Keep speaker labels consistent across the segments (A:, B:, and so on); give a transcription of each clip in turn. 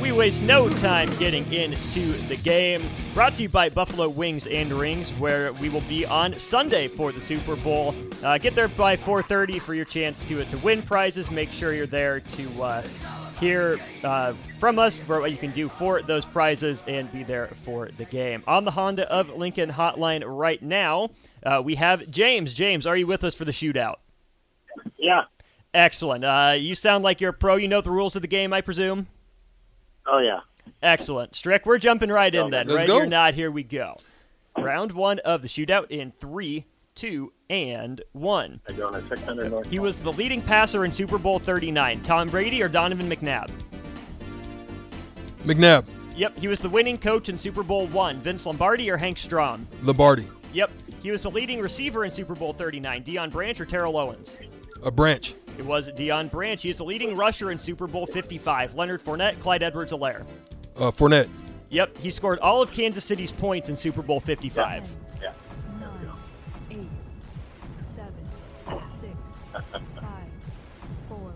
A: We waste no time getting into the game. Brought to you by Buffalo Wings and Rings, where we will be on Sunday for the Super Bowl. Uh, get there by 4:30 for your chance to to win prizes. Make sure you're there to uh, hear uh, from us for what you can do for those prizes and be there for the game. On the Honda of Lincoln Hotline right now, uh, we have James. James, are you with us for the shootout?
B: Yeah.
A: Excellent. Uh, you sound like you're a pro. You know the rules of the game, I presume.
B: Oh yeah.
A: Excellent. Strick, we're jumping right in then.
C: Let's
A: right
C: go.
A: here, not here we go. Round one of the shootout in three, two, and one.
B: I go on a 600 North.
A: He was the leading passer in Super Bowl 39. Tom Brady or Donovan McNabb?
C: McNabb,
A: Yep. He was the winning coach in Super Bowl one. Vince Lombardi or Hank Strom?
C: Lombardi,
A: Yep. He was the leading receiver in Super Bowl 39. Deion Branch or Terrell Owens?
C: a branch,
A: It was Deion Branch. He was the leading rusher in Super Bowl 55. Leonard Fournette, Clyde Edwards Alaire.
C: uh, Fournette,
A: Yep. He scored all of Kansas City's points in Super Bowl 55.
B: Yeah.
D: nine, eight, seven, six, five, four,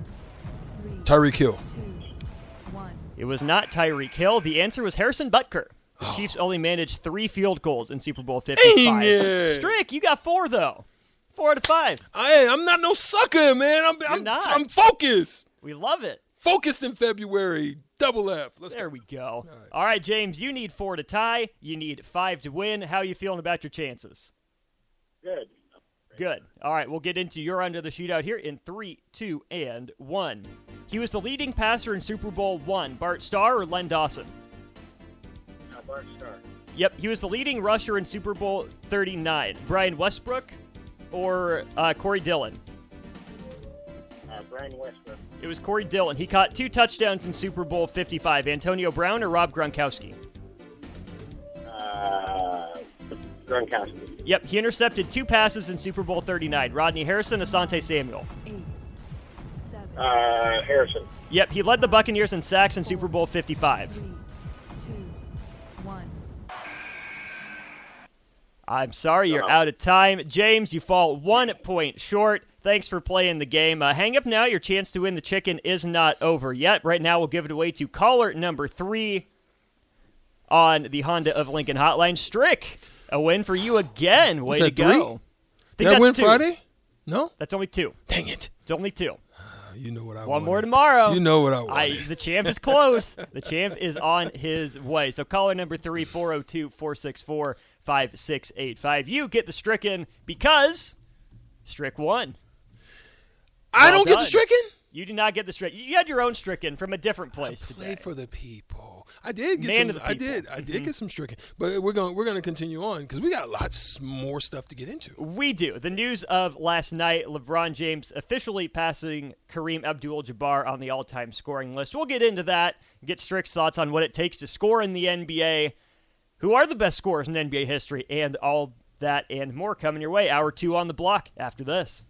D: three,
C: Tyreek Hill,
D: two, one.
A: It was not Tyreek Hill. The answer was Harrison Butker. The Chiefs only managed three field goals in Super Bowl 55.
C: Oh. Dang it.
A: Strick, you got four, though. Four out of five.
C: I ain't, I'm not no sucker, man. I'm I'm,
A: not.
C: I'm focused.
A: We love it.
C: Focused in February. Double F. Let's
A: There
C: go.
A: we go. All right, James, you need four to tie. You need five to win. How you feeling about your chances?
B: Good.
A: Good. All right, we'll get into your under the shootout here in three, two, and one. He was the leading passer in Super Bowl one. Bart Starr or Len Dawson?
B: Now, Bart Starr.
A: Yep, he was the leading rusher in Super Bowl 39. Brian Westbrook or uh, Corey Dillon?
B: Uh, Brian Westbrook.
A: It was Corey Dillon. He caught two touchdowns in Super Bowl 55. Antonio Brown or Rob Gronkowski?
B: Uh, Gronkowski.
A: Yep, he intercepted two passes in Super Bowl 39. Rodney Harrison, Asante Samuel.
D: Eight, seven,
B: Uh, Harrison.
A: Yep, he led the Buccaneers in sacks in Super Bowl 55.
D: three, two, one.
A: I'm sorry you're out of time. James, you fall one point short. Thanks for playing the game. Uh, hang up now. Your chance to win the chicken is not over yet. Right now, we'll give it away to caller number three on the Honda of Lincoln Hotline. Strick, a win for you again. Way
C: that
A: to go. I think
C: Did I
A: that's
C: win
A: two.
C: Friday? No.
A: That's only two.
C: Dang it.
A: It's only two.
C: Uh, You know what I
A: One
C: wanted.
A: more tomorrow.
C: You know what I
A: I,
C: wanted.
A: the champ is close. the champ is on his way. So caller number three, 402 464 5685. You get the stricken because Strick won.
C: I,
A: well
C: don't get
A: done.
C: the stricken.
A: You did not get the stricken. You had your own stricken from a different place
C: Play
A: today.
C: for the people. I did get
A: Man
C: some.
A: of the
C: I
A: people. Mm-hmm.
C: did. I did get some stricken. But we're going. We're going to continue on because we got lots more stuff to get into.
A: we do. The news of last night LeBron James officially passing Kareem Abdul Jabbar on the all time scoring list. We'll get into that, get Strick's thoughts on what it takes to score in the NBA, who are the best scorers in NBA history, and all that and more coming your way. Hour two on the block after this.